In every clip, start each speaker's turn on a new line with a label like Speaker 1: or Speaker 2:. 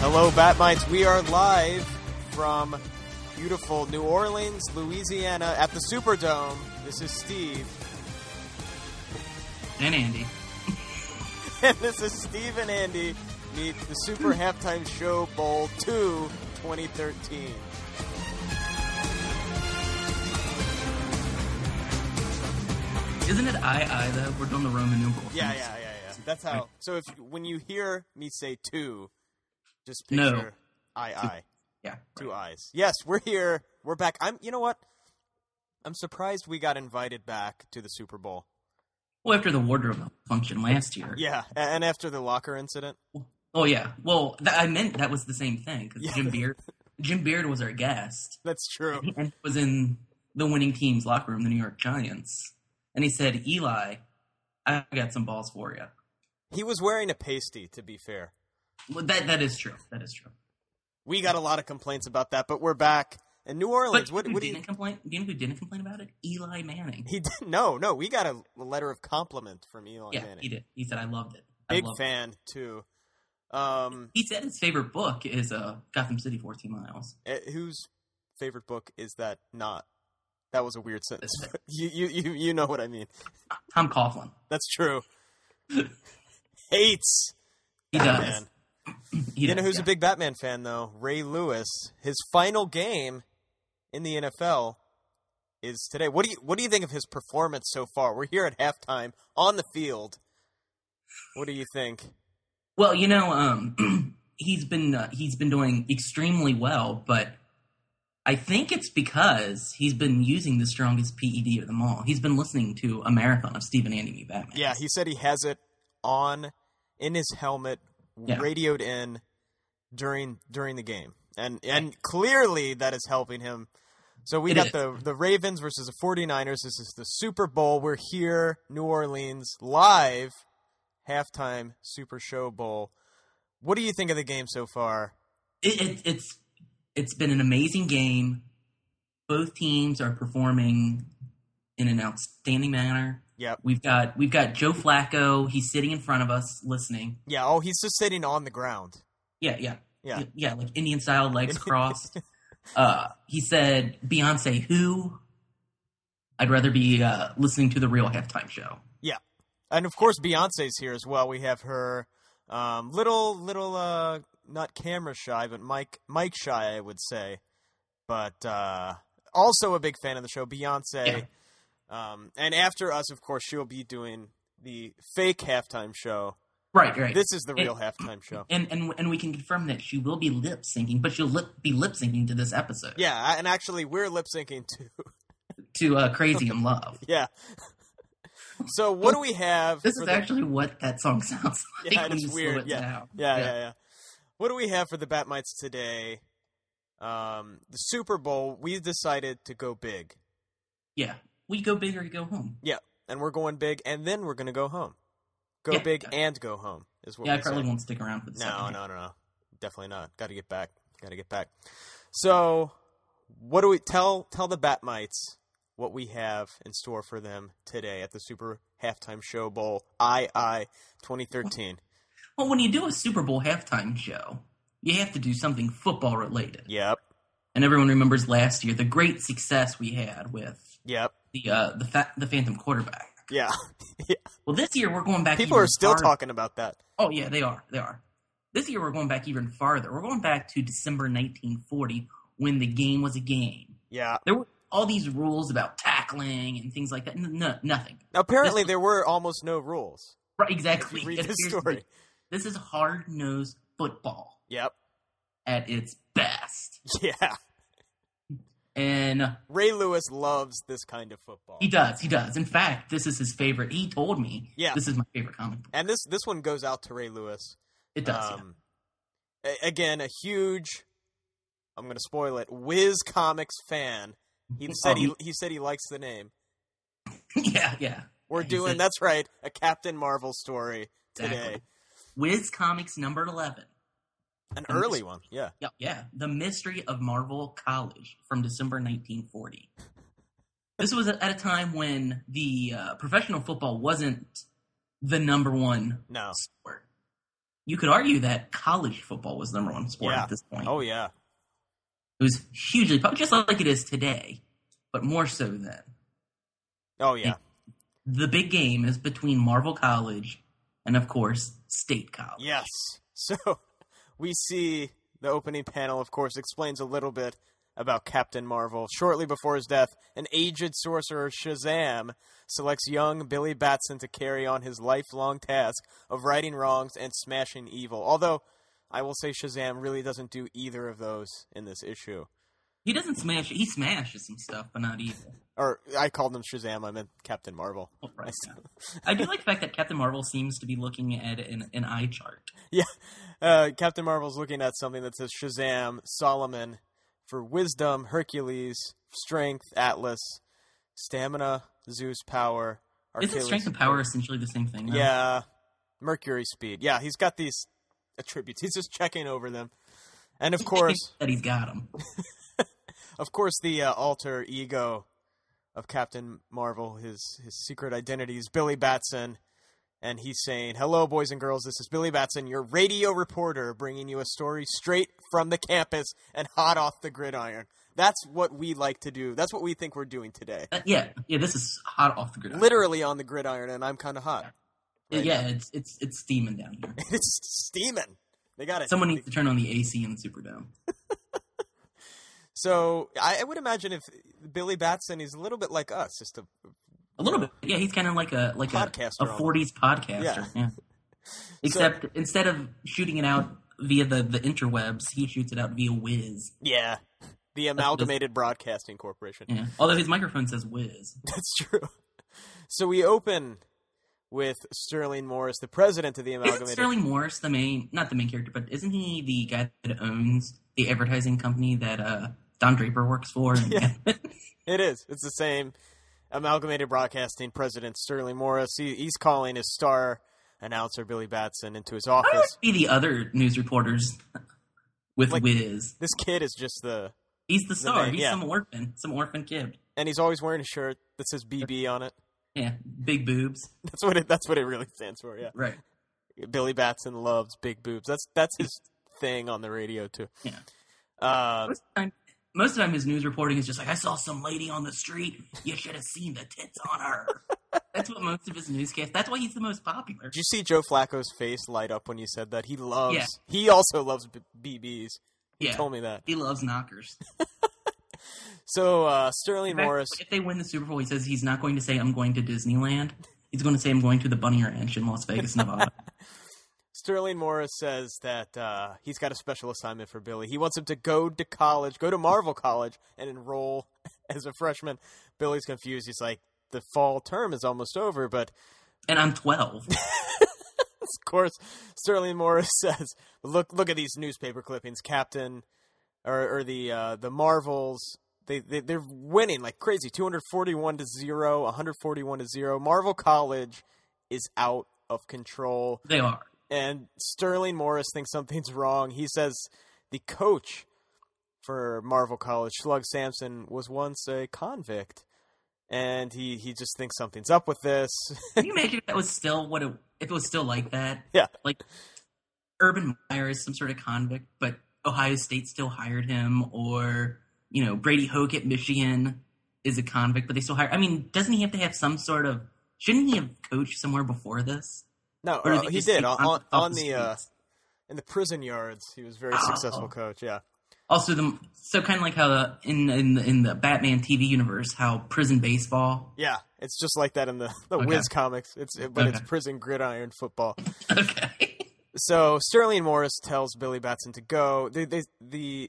Speaker 1: Hello, Batmines. We are live from beautiful New Orleans, Louisiana, at the Superdome. This is Steve,
Speaker 2: And Andy.
Speaker 1: and this is Steve and Andy meet the Super Halftime Show Bowl 2 2013.
Speaker 2: Isn't it I I though? We're doing the Roman numerals.
Speaker 1: Yeah, yeah, yeah, yeah. That's how. So if when you hear me say two, just
Speaker 2: No.
Speaker 1: picture I I
Speaker 2: Yeah.
Speaker 1: two eyes. Yes, we're here. We're back. I'm. You know what? I'm surprised we got invited back to the Super Bowl.
Speaker 2: Well, after the wardrobe function last year.
Speaker 1: Yeah, a- and after the locker incident.
Speaker 2: Oh yeah. Well, th- I meant that was the same thing because
Speaker 1: Yeah.
Speaker 2: Jim Beard, Jim Beard was our guest
Speaker 1: That's true.
Speaker 2: and was in the winning team's locker room, the New York Giants, and he said, "Eli, I got some balls for you."
Speaker 1: He was wearing a pasty, to be fair.
Speaker 2: Well, that that is true. That is true.
Speaker 1: We got a lot of complaints about that, but we're back. in New Orleans,
Speaker 2: But
Speaker 1: what,
Speaker 2: who
Speaker 1: what do
Speaker 2: didn't
Speaker 1: you.
Speaker 2: complain? Do you know who didn't complain about it? Eli Manning.
Speaker 1: He did, no, no. We got a letter of compliment from Elon
Speaker 2: yeah,
Speaker 1: Manning.
Speaker 2: he did. He said, "I loved it." I
Speaker 1: Big
Speaker 2: loved it."
Speaker 1: fan too. Um,
Speaker 2: He said his favorite book is uh, Gotham City 14 Miles.
Speaker 1: eh, whose favorite book is that? Not that was a weird sentence. but you, you, you, you know what I mean.
Speaker 2: Tom Coughlin.
Speaker 1: That's true. Hates
Speaker 2: He
Speaker 1: Batman.
Speaker 2: does. He
Speaker 1: Ah, You know
Speaker 2: does,
Speaker 1: who's
Speaker 2: yeah.
Speaker 1: a big Batman fan though? Ray Lewis. His final game in the NFL is today. What do you what do you think of his performance so far? We're here at halftime on the field. What do you think?
Speaker 2: Well, you know, um, he's been uh, he's been doing extremely well, but I think it's because he's been using the strongest PED of them all. He's been listening to a marathon of Stephen Andy Me Batman.
Speaker 1: Yeah, he said he has it on in his helmet,
Speaker 2: Yeah.
Speaker 1: radioed in during during the game. And and clearly that is helping him. So we
Speaker 2: It
Speaker 1: got
Speaker 2: is.
Speaker 1: the the Ravens versus the 49ers. This is the Super Bowl. We're here, New Orleans, live halftime Super Show Bowl. What do you think of the game so far?
Speaker 2: it, it, it's it's been an amazing game. Both teams are performing in an outstanding manner.
Speaker 1: Yep.
Speaker 2: We've got we've got Joe Flacco. He's sitting in front of us, listening.
Speaker 1: Yeah, oh, he's just sitting on the ground.
Speaker 2: Yeah, yeah,
Speaker 1: Yeah.
Speaker 2: yeah, like Indian style, legs crossed. uh, he said, "Beyonce, who? I'd rather be uh, listening to the real halftime show."
Speaker 1: And of course, Beyonce's here as well. We have her um, little, little, uh, not camera shy, but Mike, Mike shy, I would say. But uh, also a big fan of the show, Beyonce. Um, and after us, of course, she'll be doing the fake halftime show.
Speaker 2: Right, right.
Speaker 1: This is the real halftime show.
Speaker 2: and and and we can confirm that she will be lip syncing, but she'll lip, be lip syncing to this episode
Speaker 1: Yeah, I- and actually, we're lip syncing too.
Speaker 2: to uh, "Crazy in Love."
Speaker 1: yeah. So what do we have?
Speaker 2: This
Speaker 1: for
Speaker 2: is
Speaker 1: the-
Speaker 2: actually what that song sounds like.
Speaker 1: Yeah,
Speaker 2: when
Speaker 1: it's
Speaker 2: you slow
Speaker 1: weird,
Speaker 2: it down.
Speaker 1: Yeah, yeah, yeah. What do we have for the Batmites today? Um, the Super Bowl, we decided to go big.
Speaker 2: yeah. We go big or you go home.
Speaker 1: And we're going big, and then we're going to go home. Go
Speaker 2: Yeah.
Speaker 1: big and go home is what
Speaker 2: yeah, I
Speaker 1: we said.
Speaker 2: probably won't stick around for the second.
Speaker 1: No,
Speaker 2: half.
Speaker 1: no, no, no. Definitely not. Got to get back. Got to get back. So, what do we tell tell the Batmites what we have in store for them today at the Super Halftime Show Bowl II 2013?
Speaker 2: Well, when you do a Super Bowl halftime show, you have to do something football related.
Speaker 1: Yep.
Speaker 2: and everyone remembers last year the great success we had with
Speaker 1: Yep.
Speaker 2: the uh, the fa- the phantom quarterback.
Speaker 1: Yeah.
Speaker 2: Well, this year we're going back.
Speaker 1: People
Speaker 2: even
Speaker 1: are still
Speaker 2: farther.
Speaker 1: talking about that.
Speaker 2: Oh yeah, they are. They are. This year we're going back even farther. We're going back to December 1940 when the game was a game.
Speaker 1: Yeah.
Speaker 2: There were all these rules about tackling and things like that. N- No, nothing.
Speaker 1: Apparently, there were almost no rules.
Speaker 2: Right?
Speaker 1: If
Speaker 2: Exactly.
Speaker 1: you read
Speaker 2: It
Speaker 1: this
Speaker 2: appears to
Speaker 1: story.
Speaker 2: be- This is hard nosed football
Speaker 1: Yep.
Speaker 2: at its best,
Speaker 1: Yeah.
Speaker 2: and
Speaker 1: Ray Lewis loves this kind of football.
Speaker 2: he does. He does. In fact, this is his favorite. He told me.
Speaker 1: Yeah.
Speaker 2: This is my favorite comic book.
Speaker 1: And this this one goes out to Ray Lewis.
Speaker 2: It does. yeah.
Speaker 1: Um, a- Again, a huge. I'm going to spoil it. Wiz Comics fan. He said he
Speaker 2: Um,
Speaker 1: he said he likes the name.
Speaker 2: yeah, yeah.
Speaker 1: We're
Speaker 2: he
Speaker 1: doing
Speaker 2: said-
Speaker 1: that's right a Captain Marvel story today.
Speaker 2: Exactly. Wiz Comics number 11.
Speaker 1: An
Speaker 2: And
Speaker 1: early
Speaker 2: this-
Speaker 1: one. Yeah.
Speaker 2: Yep, yeah. The Mystery of Marvel College from December 1940. This was at a time when the uh, professional football wasn't the number one
Speaker 1: No.
Speaker 2: sport. you could argue that college football was the number one sport
Speaker 1: Yeah.
Speaker 2: at this point.
Speaker 1: Oh yeah.
Speaker 2: It was hugely popular, just like it is today, but more so then.
Speaker 1: Oh yeah.
Speaker 2: The big game is between Marvel College and, of course, State College.
Speaker 1: Yes. So we see the opening panel, of course, explains a little bit about Captain Marvel. Shortly before his death, an aged sorcerer, Shazam, selects young Billy Batson to carry on his lifelong task of righting wrongs and smashing evil. Although, I will say Shazam really doesn't do either of those in this issue.
Speaker 2: He doesn't smash; he smashes some stuff, but not evil.
Speaker 1: Or, I called him Shazam, I meant Captain Marvel.
Speaker 2: Oh, right now. I do like the fact that Captain Marvel seems to be looking at an, an eye chart.
Speaker 1: Yeah. Uh, Captain Marvel's looking at something that says Shazam, Solomon, for wisdom, Hercules, strength, Atlas, stamina, Zeus, power,
Speaker 2: Isn't
Speaker 1: Archelaus-
Speaker 2: strength and power essentially the same thing? though?
Speaker 1: Yeah. Mercury, speed. Yeah, he's got these attributes. He's just checking over them. And of course,
Speaker 2: that he's got them.
Speaker 1: of course, the uh, alter ego of Captain Marvel, his his secret identity is Billy Batson, and he's saying, "Hello, boys and girls. This is Billy Batson, your radio reporter, bringing you a story straight from the campus and hot off the gridiron." That's what we like to do. That's what we think we're doing today.
Speaker 2: Uh, yeah, yeah. This is hot off the gridiron.
Speaker 1: Literally on the gridiron, and I'm kind of hot. right
Speaker 2: yeah, it's it's it's steaming down here.
Speaker 1: it's steaming. They got it.
Speaker 2: Someone needs to turn on the AC in the Superdome.
Speaker 1: So I, I would imagine if Billy Batson is a little bit like us, just a
Speaker 2: A little bit. Yeah, he's kind of like a like
Speaker 1: Podcaster
Speaker 2: a, a
Speaker 1: almost.
Speaker 2: 40s podcaster.
Speaker 1: Yeah.
Speaker 2: Yeah. Except instead of shooting it out via the the interwebs, he shoots it out via Wiz.
Speaker 1: yeah, the Amalgamated Broadcasting Corporation.
Speaker 2: Yeah. Although his microphone says Wiz.
Speaker 1: That's true. So we open with Sterling Morris, the president of the
Speaker 2: Isn't
Speaker 1: Amalgamated.
Speaker 2: Sterling Morris the main not the main character, but isn't he the guy that owns the advertising company that uh Don Draper works for? And-
Speaker 1: Yeah. It is. It's the same Amalgamated Broadcasting president Sterling Morris. He, he's calling his star announcer Billy Batson into his
Speaker 2: Why would
Speaker 1: office.
Speaker 2: it be the other news reporters with
Speaker 1: Like-
Speaker 2: Wiz?
Speaker 1: This kid is just the,
Speaker 2: He's the star.
Speaker 1: main-
Speaker 2: He's
Speaker 1: yeah.
Speaker 2: some orphan, some orphan kid.
Speaker 1: and he's always wearing a shirt that says BB on it.
Speaker 2: Yeah, big boobs.
Speaker 1: That's what it. That's what it really stands for. Yeah.
Speaker 2: Right.
Speaker 1: Billy Batson loves big boobs. That's that's his thing on the radio too.
Speaker 2: Yeah.
Speaker 1: Uh,
Speaker 2: Most of, the time, most of the time, his news reporting is just like, I saw some lady on the street. You should have seen the tits on her. That's what most of his newscasts. That's why he's the most popular.
Speaker 1: did you see Joe Flacco's face light up when you said that? He loves.
Speaker 2: Yeah.
Speaker 1: He also loves b- BBs. He
Speaker 2: Yeah,
Speaker 1: told me that.
Speaker 2: he loves knockers.
Speaker 1: So uh,
Speaker 2: In
Speaker 1: Sterling
Speaker 2: fact,
Speaker 1: Morris,
Speaker 2: If they win the Super Bowl, he says he's not going to say I'm going to Disneyland. He's going to say I'm going to the Bunny Ranch in Las Vegas, Nevada.
Speaker 1: Sterling Morris says that uh, he's got a special assignment for Billy. He wants him to go to college, go to Marvel College, and enroll as a freshman. Billy's confused. He's like, the fall term is almost over, but
Speaker 2: and I'm 12.
Speaker 1: of course, Sterling Morris says, "Look, look at these newspaper clippings, Captain, or, or the uh, the Marvels. They, they they're winning like crazy, two hundred forty one to zero, one hundred forty one to zero. Marvel College is out of control,
Speaker 2: They are.
Speaker 1: and Sterling Morris thinks something's wrong. He says the coach for Marvel College, Slug Sampson, was once a convict." And he, he just thinks something's up with this.
Speaker 2: Can you imagine if that was still what it, if it was still like that?
Speaker 1: Yeah.
Speaker 2: Like Urban Meyer is some sort of convict, but Ohio State still hired him, or you know Brady Hoke at Michigan is a convict, but they still hire. I mean, doesn't he have to have some sort of? Shouldn't he have coached somewhere before this?
Speaker 1: No,
Speaker 2: Or
Speaker 1: uh,
Speaker 2: they
Speaker 1: he
Speaker 2: just
Speaker 1: did
Speaker 2: take
Speaker 1: on, on,
Speaker 2: convicts off
Speaker 1: on the uh,
Speaker 2: streets?
Speaker 1: in the prison yards. He was a very successful
Speaker 2: Oh.
Speaker 1: coach. Yeah,
Speaker 2: also the so kind of like how the, in in the, in the Batman TV universe, how prison baseball.
Speaker 1: yeah. It's just like that in the the
Speaker 2: Okay.
Speaker 1: Wiz comics. It's but it's
Speaker 2: Okay.
Speaker 1: prison gridiron football.
Speaker 2: Okay.
Speaker 1: So Sterling Morris tells Billy Batson to go. They, they the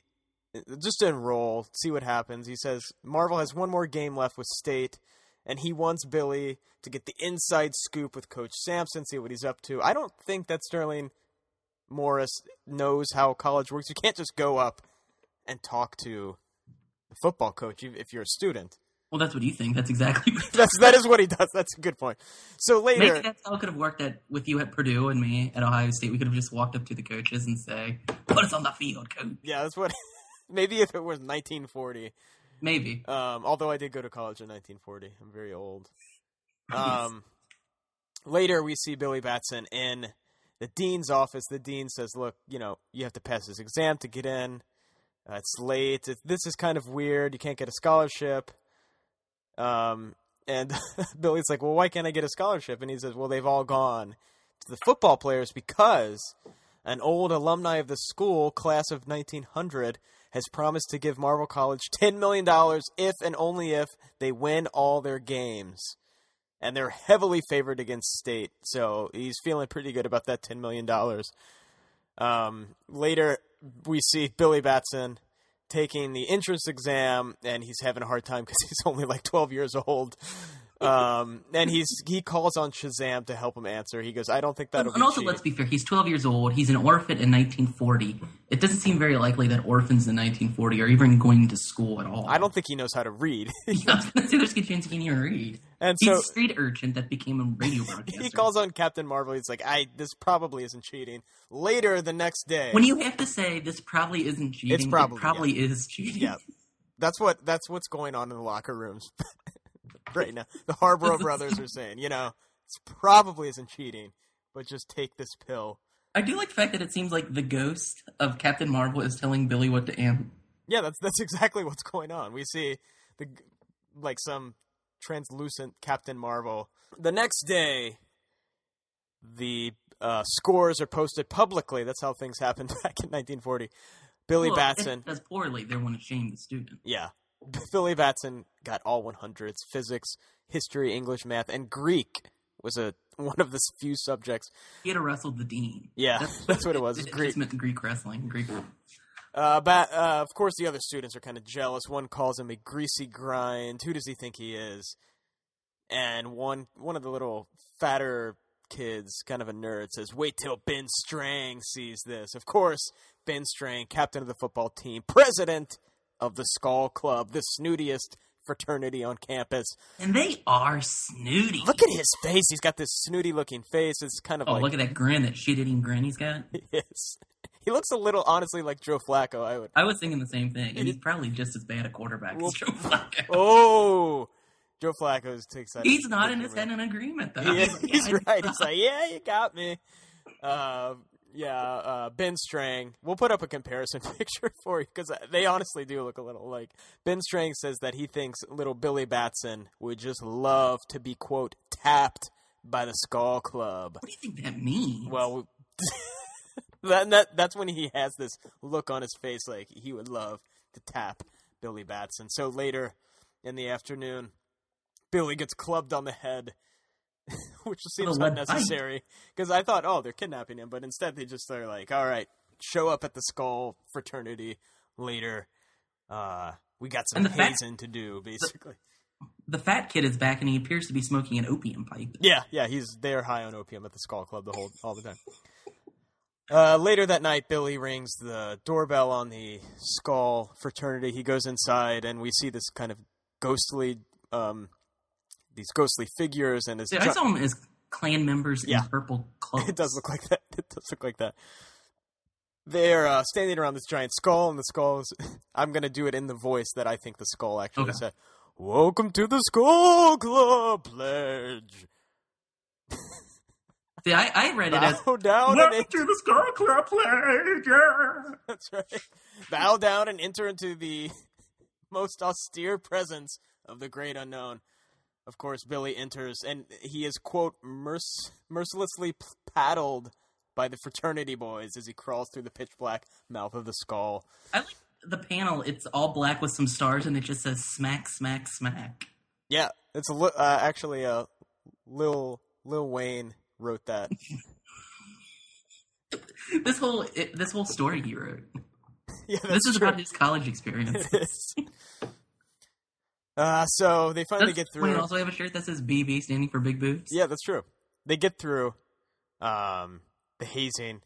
Speaker 1: just to enroll, see what happens. He says Marvel has one more game left with State, and he wants Billy to get the inside scoop with Coach Sampson, see what he's up to. I don't think that Sterling Morris knows how college works. You can't just go up and talk to the football coach if if you're a student.
Speaker 2: Well, that's what you think. That's exactly. What
Speaker 1: That's that is what he does. That's a good point. So later,
Speaker 2: Maybe that's how it could have worked at, with you at Purdue and me at Ohio State. We could have just walked up to the coaches and say, "Put us on the field, coach."
Speaker 1: yeah, that's what. maybe if it was 1940.
Speaker 2: Maybe.
Speaker 1: Um, although I did go to college in 1940, I'm very old. Um, later, we see Billy Batson in the dean's office. The dean says, "Look, you know, you have to pass this exam to get in. Uh, it's late. It, this is kind of weird. You can't get a scholarship." Um, and Billy's like, "Well, why can't I get a scholarship?" And he says, "Well, they've all gone to the football players because an old alumni of the school, class of 1900." Has promised to give Marvel College $10 million if and only if they win all their games and they're heavily favored against state. So he's feeling pretty good about that ten million dollars. Um, later, we see Billy Batson taking the entrance exam, and he's having a hard time because he's only like twelve years old. Um, and he's he calls on Shazam to help him answer. He goes, "I don't think that'll."
Speaker 2: And
Speaker 1: be
Speaker 2: also,
Speaker 1: cheap."
Speaker 2: let's be fair. He's 12 years old. He's an orphan in 1940. It doesn't seem very likely that orphans in 1940 are even going to school at all.
Speaker 1: I don't think he knows how to read.
Speaker 2: I was gonna say there's a good chance he can even read.
Speaker 1: and
Speaker 2: He's
Speaker 1: so
Speaker 2: a street urchin that became a radio broadcaster.
Speaker 1: he calls on Captain Marvel. He's like, "I this probably isn't cheating." Later the next day,
Speaker 2: when you have to say this probably isn't cheating,
Speaker 1: It's probably,
Speaker 2: it probably is cheating.
Speaker 1: Yeah. That's what that's what's going on in the locker rooms right now. The Harborough brothers are saying, you know, it's probably isn't cheating, but just take this pill.
Speaker 2: I do like the fact that it seems like the ghost of Captain Marvel is telling Billy what to am.
Speaker 1: Yeah, that's that's exactly what's going on. We see the like some translucent Captain Marvel. The next day, the uh, scores are posted publicly. That's how things happened back in 1940. Billy
Speaker 2: Well,
Speaker 1: Batson
Speaker 2: If it does poorly, they're going to shame the student.
Speaker 1: Yeah. Billy Batson got all 100s physics, history, English, math, and Greek was a one of the few subjects.
Speaker 2: He had to wrestle the dean.
Speaker 1: Yeah, that's what it was.
Speaker 2: It,
Speaker 1: It's Greek.
Speaker 2: just meant Greek wrestling. Greek.
Speaker 1: Uh, ba- uh, of course, the other students are kind of jealous. One calls him a greasy grind. Who does he think he is? And one one of the little fatter kids, kind of a nerd, says, "Wait till Ben Strang sees this." Of course, Ben Strang, captain of the football team, president of the Skull Club, the snootiest fraternity on campus.
Speaker 2: And they are snooty.
Speaker 1: Look at his face. He's got this snooty looking face. It's kind of
Speaker 2: oh,
Speaker 1: like
Speaker 2: look at that grin, that shit eating grin he's got.
Speaker 1: yes. He looks a little honestly like Joe Flacco. I would.
Speaker 2: I was thinking the same thing, and he's probably just as bad a quarterback
Speaker 1: Well-
Speaker 2: as Joe Flacco.
Speaker 1: Oh, Joe Flacco takes that.
Speaker 2: He's not in his head in agreement, though.
Speaker 1: He is,
Speaker 2: He's like,
Speaker 1: he's
Speaker 2: "Yeah, I-
Speaker 1: right. He's like, yeah, you got me. Uh, yeah, uh, Ben Strang. We'll put up a comparison picture for you because they honestly do look a little like. Ben Strang says that he thinks little Billy Batson would just love to be quote tapped by the Skull Club.
Speaker 2: What do you think that means?
Speaker 1: Well, that, that that's when he has this look on his face like he would love to tap Billy Batson. So later in the afternoon, Billy gets clubbed on the head, which seems
Speaker 2: lead pipe.
Speaker 1: unnecessary because I thought, oh, they're kidnapping him, but instead they just are like, all right, show up at the Skull fraternity later. Uh, we got some
Speaker 2: And the fact-
Speaker 1: hazing to do, basically.
Speaker 2: the fat kid is back, and he appears to be smoking an opium pipe.
Speaker 1: Yeah, yeah, he's they're high on opium at the Skull Club the whole all the time. Uh, later that night, Billy rings the doorbell on the Skull fraternity. He goes inside, and we see this kind of ghostly, um, these ghostly figures, and his
Speaker 2: Dude, I
Speaker 1: ju-
Speaker 2: saw him as clan members
Speaker 1: Yeah.
Speaker 2: in purple clothes.
Speaker 1: it does look like that. It does look like that. They're uh, standing around this giant skull, and the skull is. I'm going to do it in the voice that I think the skull actually
Speaker 2: Okay.
Speaker 1: said. Welcome to the Skull Club pledge.
Speaker 2: See, I, I read it as
Speaker 1: Bow down and
Speaker 2: Welcome to the Skull Club Play, yeah."
Speaker 1: That's right. Bow down and enter into the most austere presence of the great unknown. Of course, Billy enters, and he is, quote, merc- mercilessly p- paddled by the fraternity boys as he crawls through the pitch black mouth of the skull.
Speaker 2: I like the panel. It's all black with some stars, and it just says smack, smack, smack.
Speaker 1: Yeah, it's a li- uh, actually uh, Lil Lil Wayne wrote that.
Speaker 2: This whole it, this whole story he wrote.
Speaker 1: yeah, that's
Speaker 2: this is
Speaker 1: true.
Speaker 2: about his college experience.
Speaker 1: It is. Uh, so they finally
Speaker 2: Does
Speaker 1: get
Speaker 2: Wayne
Speaker 1: through.
Speaker 2: also have a shirt that says BB, standing for Big Boobs?
Speaker 1: Yeah, that's true. They get through. Um, the hazing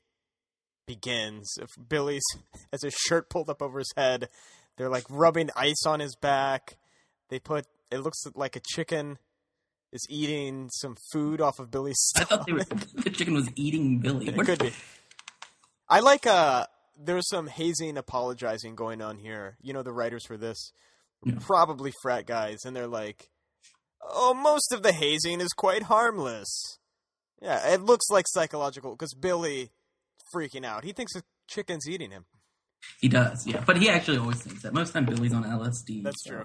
Speaker 1: begins. If Billy's has his shirt pulled up over his head. They're like rubbing ice on his back. They put it looks like a chicken is eating some food off of Billy's
Speaker 2: I
Speaker 1: stomach.
Speaker 2: thought they were, the chicken was eating Billy.
Speaker 1: It could be. I like uh there's some hazing apologizing going on here. You know the writers for this
Speaker 2: Yeah.
Speaker 1: probably frat guys and they're like oh most of the hazing is quite harmless. Yeah, it looks like psychological because Billy freaking out. He thinks the chicken's eating him.
Speaker 2: He does, yeah. But he actually always thinks that. Most time Billy's on LSD.
Speaker 1: That's
Speaker 2: so.
Speaker 1: true.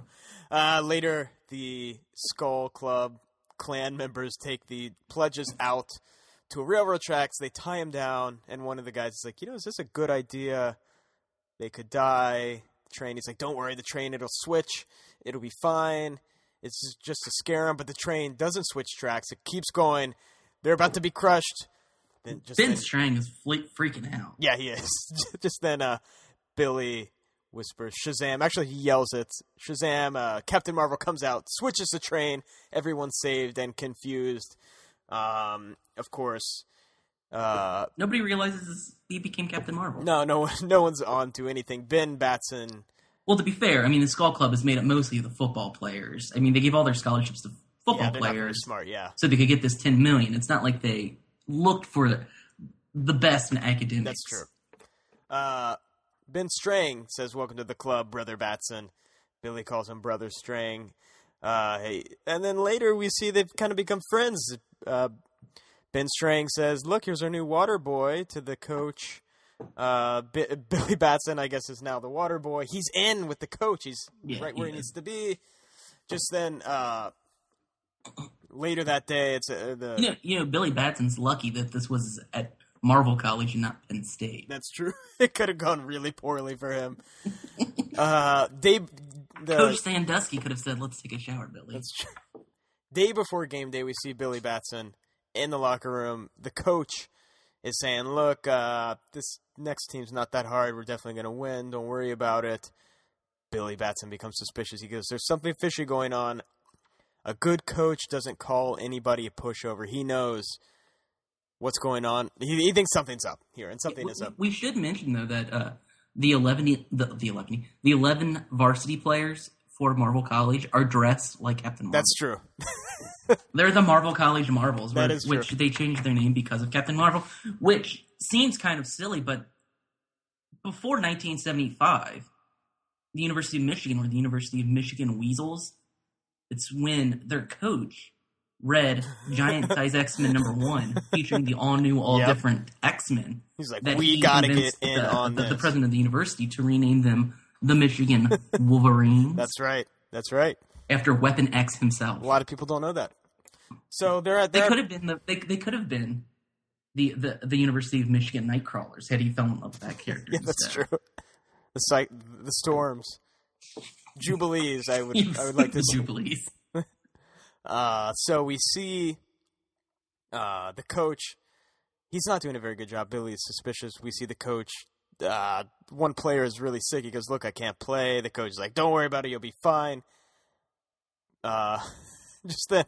Speaker 1: Uh, later, the Skull Club clan members take the pledges out to railroad tracks. They tie him down, and one of the guys is like, "You know, is this a good idea? They could die." The train. He's like, "Don't worry, the train. It'll switch. It'll be fine. It's just- just to scare him." But the train doesn't switch tracks. It keeps going. They're about to be crushed. Then just then-
Speaker 2: Finn Strang is fle- freaking out.
Speaker 1: yeah, he is. Just then, uh, Billy whispers Shazam. Actually, he yells it. Shazam. Uh, Captain Marvel comes out, switches the train. Everyone's saved and confused. Um, of course, uh,
Speaker 2: Nobody realizes he became Captain Marvel.
Speaker 1: no, no, one- no one's on to anything. Ben Batson.
Speaker 2: Well, to be fair, I mean, the Skull Club is made up mostly of the football players. I mean, they gave all their scholarships to football
Speaker 1: Yeah, they're not very
Speaker 2: players
Speaker 1: smart. Yeah,
Speaker 2: so they could get this 10 million. It's not like they looked for the best in academics.
Speaker 1: that's true. Uh, ben Strang says, "Welcome to the club, brother Batson." Billy calls him brother Strang. Uh, hey, and then later we see they've kind of become friends. Uh, ben Strang says, "Look, here's our new water boy." To the coach, uh, B- Billy Batson, I guess, is now the water boy. He's in with the coach. He's
Speaker 2: Yeah,
Speaker 1: right where he
Speaker 2: he
Speaker 1: needs to be. Just then, uh, later that day, it's uh, the
Speaker 2: You know, you know, Billy Batson's lucky that this was at Marvel College and not Penn State.
Speaker 1: That's true. It could have gone really poorly for him. uh, day the
Speaker 2: Coach Sandusky could have said, "Let's take a shower, Billy."
Speaker 1: that's true. day before game day, we see Billy Batson in the locker room. The coach is saying, "Look, uh, this next team's not that hard. We're definitely going to win. Don't worry about it." Billy Batson becomes suspicious. He goes, "There's something fishy going on. A good coach doesn't call anybody a pushover. He knows." What's going on? He, he thinks something's up here, and something
Speaker 2: we,
Speaker 1: is up.
Speaker 2: we should mention though that uh, the eleven the, the eleven the eleven varsity players for Marvel College are dressed like Captain Marvel.
Speaker 1: That's true.
Speaker 2: They're the Marvel College Marvels,
Speaker 1: That
Speaker 2: where-
Speaker 1: is
Speaker 2: which they changed their name because of Captain Marvel, which seems kind of silly, but before 1975, the University of Michigan or the University of Michigan Weasels, it's when their coach read Giant Size X Men number one, featuring the all new, all
Speaker 1: Yep.
Speaker 2: different X Men.
Speaker 1: He's like,
Speaker 2: that
Speaker 1: we
Speaker 2: he
Speaker 1: gotta get
Speaker 2: convinced
Speaker 1: in
Speaker 2: the,
Speaker 1: on
Speaker 2: the,
Speaker 1: this.
Speaker 2: the president of the university to rename them the Michigan Wolverines
Speaker 1: That's right. That's right.
Speaker 2: after Weapon X himself.
Speaker 1: A lot of people don't know that. So they're at
Speaker 2: They
Speaker 1: they're
Speaker 2: could have been the they, they could have been the, the the University of Michigan Nightcrawlers had he fell in love with that character.
Speaker 1: yeah, that's
Speaker 2: instead.
Speaker 1: true. The psych, the storms, jubilees. I would I would like to
Speaker 2: the
Speaker 1: see.
Speaker 2: Jubilees.
Speaker 1: Uh, so we see uh, the coach. He's not doing a very good job. Billy is suspicious. We see the coach. Uh, one player is really sick. He goes, "Look, I can't play." The coach is like, "Don't worry about it. You'll be fine." Uh, just then,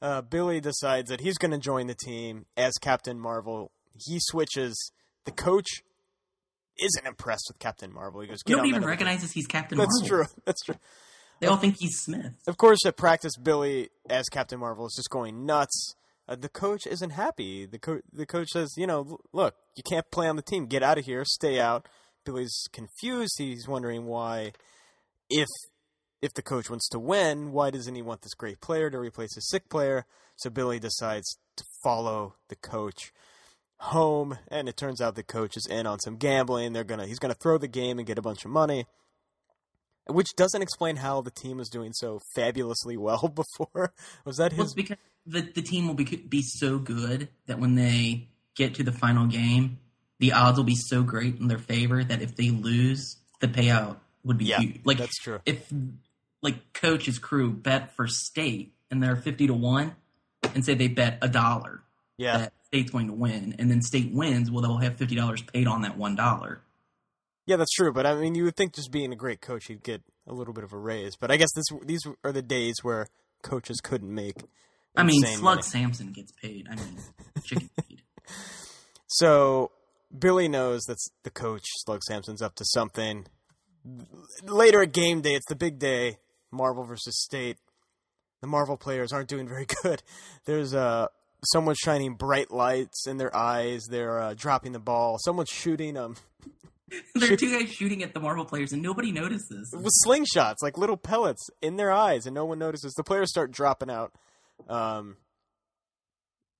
Speaker 1: uh, Billy decides that he's going to join the team as Captain Marvel. He switches. The coach isn't impressed with Captain Marvel. He goes, "Get on
Speaker 2: Nobody even
Speaker 1: that other-
Speaker 2: recognizes he's Captain
Speaker 1: That's
Speaker 2: Marvel.
Speaker 1: true. That's true.
Speaker 2: They all think he's Smith.
Speaker 1: Of course, at practice, Billy as Captain Marvel is just going nuts. Uh, the coach isn't happy. The co- the coach says, "You know, l- look, you can't play on the team. Get out of here. Stay out." Billy's confused. He's wondering why, if if the coach wants to win, why doesn't he want this great player to replace a sick player? So Billy decides to follow the coach home, and it turns out the coach is in on some gambling. They're gonna he's gonna throw the game and get a bunch of money which doesn't explain how the team was doing so fabulously well before. Was that
Speaker 2: Well, it's
Speaker 1: his?
Speaker 2: because the the team will be be so good that when they get to the final game, the odds will be so great in their favor that if they lose, the payout would be
Speaker 1: Yeah,
Speaker 2: huge. Like
Speaker 1: that's true.
Speaker 2: if like coach's crew bet for state and they're 50 to 1 and say they bet a dollar
Speaker 1: Yeah,
Speaker 2: that state's going to win and then state wins well they'll have $50 paid on that one dollar
Speaker 1: yeah, that's true. But I mean, you would think just being a great coach, he'd get a little bit of a raise. But I guess this these are the days where coaches couldn't make.
Speaker 2: i mean
Speaker 1: insane
Speaker 2: slug
Speaker 1: money.
Speaker 2: sampson gets paid i mean chicken feed
Speaker 1: So Billy knows that the coach Slug Sampson's up to something. Later at game day, it's the big day. Marvel versus State. The Marvel players aren't doing very good. There's uh, someone shining bright lights in their eyes. They're uh, dropping the ball. Someone's shooting um,
Speaker 2: there are two guys shooting at the marvel players and nobody notices
Speaker 1: with slingshots, like little pellets in their eyes, and no one notices. The players start dropping out. Um,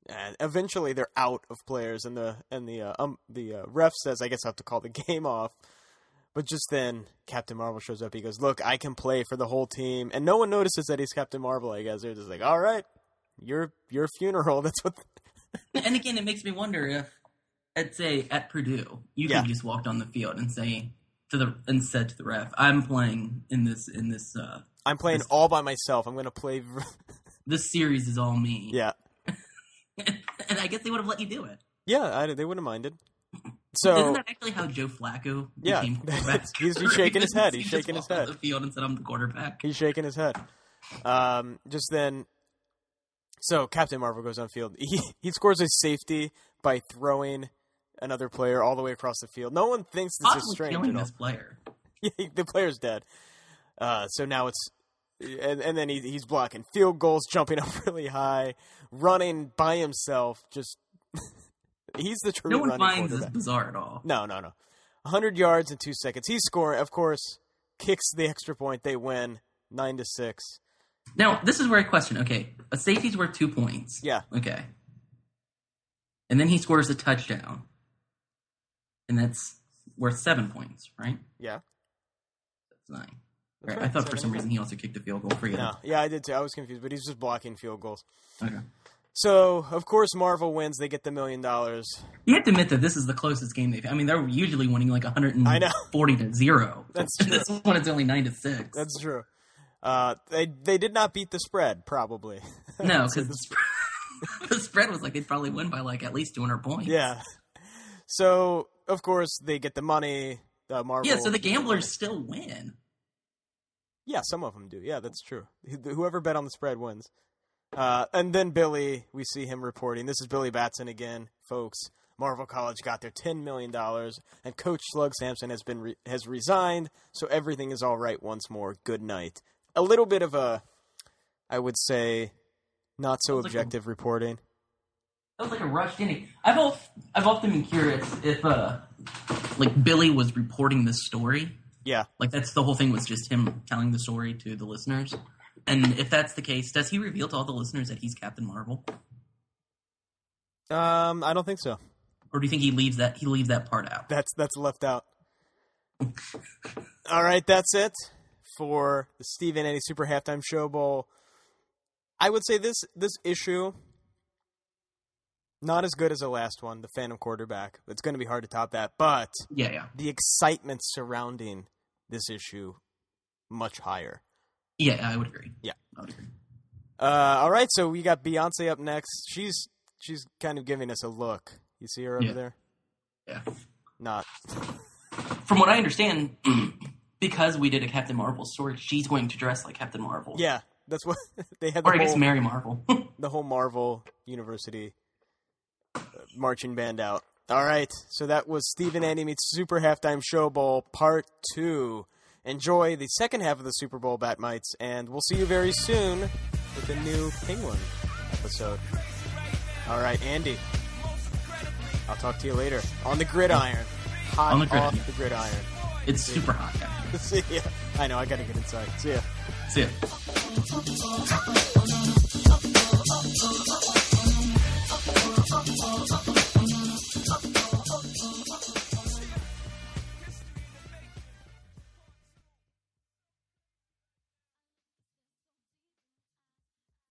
Speaker 1: and eventually they're out of players, and the and the uh, um the uh, ref says, "I guess I have to call the game off." But just then, Captain Marvel shows up. He goes, "Look, I can play for the whole team," and no one notices that he's Captain Marvel. I guess they're just like, "All right, your your funeral." That's what.
Speaker 2: and again, it makes me wonder if, at say, at Purdue, you
Speaker 1: Yeah.
Speaker 2: could just walk on the field and say to the and said to the ref, "I'm playing in this in this uh,
Speaker 1: I'm playing all by myself. I'm going to play.
Speaker 2: this series is all me."
Speaker 1: yeah,
Speaker 2: and I guess they would have let you do it.
Speaker 1: yeah. I, they wouldn't have minded.
Speaker 2: Isn't
Speaker 1: So
Speaker 2: that actually how Joe Flacco
Speaker 1: Yeah.
Speaker 2: became quarterback?
Speaker 1: He's- he's shaking his head.
Speaker 2: He
Speaker 1: He's
Speaker 2: just
Speaker 1: shaking his
Speaker 2: walked on
Speaker 1: head.
Speaker 2: The field and said, "I'm the quarterback."
Speaker 1: he's shaking his head. Um, just then, so Captain Marvel goes on field. He he scores a safety by throwing another player all the way across the field. No one thinks this is
Speaker 2: Possibly
Speaker 1: strange
Speaker 2: killing
Speaker 1: at all.
Speaker 2: this player.
Speaker 1: Yeah, the player's dead. Uh, so now it's and and then he, he's blocking field goals, jumping up really high, running by himself. Just he's the true
Speaker 2: No one
Speaker 1: running
Speaker 2: finds this
Speaker 1: quarterback.
Speaker 2: bizarre at all.
Speaker 1: No, no, no. 100 yards in two seconds. He's scoring, of course. Kicks the extra point. They win nine to six.
Speaker 2: Now, this is where I question. Okay, a safety's worth two points.
Speaker 1: Yeah.
Speaker 2: Okay. And then he scores a touchdown, and that's worth seven points, right?
Speaker 1: Yeah.
Speaker 2: That's nine.
Speaker 1: That's
Speaker 2: Right,
Speaker 1: right,
Speaker 2: I thought for
Speaker 1: seven
Speaker 2: some
Speaker 1: and
Speaker 2: reason he also kicked a field goal for you.
Speaker 1: No, yeah, I did too. I was confused, but he's just blocking field goals.
Speaker 2: Okay.
Speaker 1: So of course Marvel wins. They get the million dollars.
Speaker 2: You have to admit that this is the closest game they've. I mean, they're usually winning like
Speaker 1: I know.
Speaker 2: 140 to zero.
Speaker 1: That's
Speaker 2: And This one is only nine to six.
Speaker 1: That's true. Uh, they they did not beat the spread, probably.
Speaker 2: no, because the, sp- the spread was like they'd probably win by like at least 200 points.
Speaker 1: yeah. So of course they get the money. Uh, Marvel.
Speaker 2: Yeah. So the gamblers still win.
Speaker 1: Yeah, some of them do. Yeah, that's true. Wh- Whoever bet on the spread wins. Uh, and then Billy, we see him reporting. This is Billy Batson again, folks. Marvel College got their ten million dollars, and Coach Slug Sampson has been re- has resigned, so everything is all right once more. Good night. A little bit of a, I would say, not so
Speaker 2: Sounds like a-
Speaker 1: objective reporting.
Speaker 2: That was like a rushed inning. I've of, I've often been curious if uh like Billy was reporting this story.
Speaker 1: Yeah,
Speaker 2: Like that's the whole thing was just him telling the story to the listeners. And if that's the case, does he reveal to all the listeners that he's Captain Marvel?
Speaker 1: um, I don't think so.
Speaker 2: Or do you think he leaves that he leaves that part out?
Speaker 1: That's that's left out. All right, that's it for the Stephen Eddie Super Halftime Show Bowl. I would say this this issue not as good as the last one, the Phantom quarterback. It's going to be hard to top that, but
Speaker 2: Yeah, yeah.
Speaker 1: the excitement surrounding this issue much higher.
Speaker 2: Yeah, I would agree.
Speaker 1: Yeah.
Speaker 2: I would agree.
Speaker 1: Uh, all right, so we got Beyonce up next. She's she's kind of giving us a look. You see her over
Speaker 2: Yeah.
Speaker 1: there?
Speaker 2: Yeah.
Speaker 1: Not.
Speaker 2: From what I understand, because we did a Captain Marvel story, she's going to dress like Captain Marvel.
Speaker 1: Yeah, that's what they had. The
Speaker 2: Or I
Speaker 1: whole,
Speaker 2: guess Mary Marvel.
Speaker 1: the whole Marvel University uh, marching band out. All right, so that was Stephen Andy meets Super Halftime Show Bowl Part Two. Enjoy the second half of the Super Bowl, Bat Mites, and we'll see you very soon with the new Penguin episode. All right, Andy, I'll talk to you later on the gridiron, hot
Speaker 2: On the gridiron.
Speaker 1: off the gridiron.
Speaker 2: it's super hot. guys.
Speaker 1: see ya. I know I got to get inside. See ya.
Speaker 2: See ya.
Speaker 3: Thank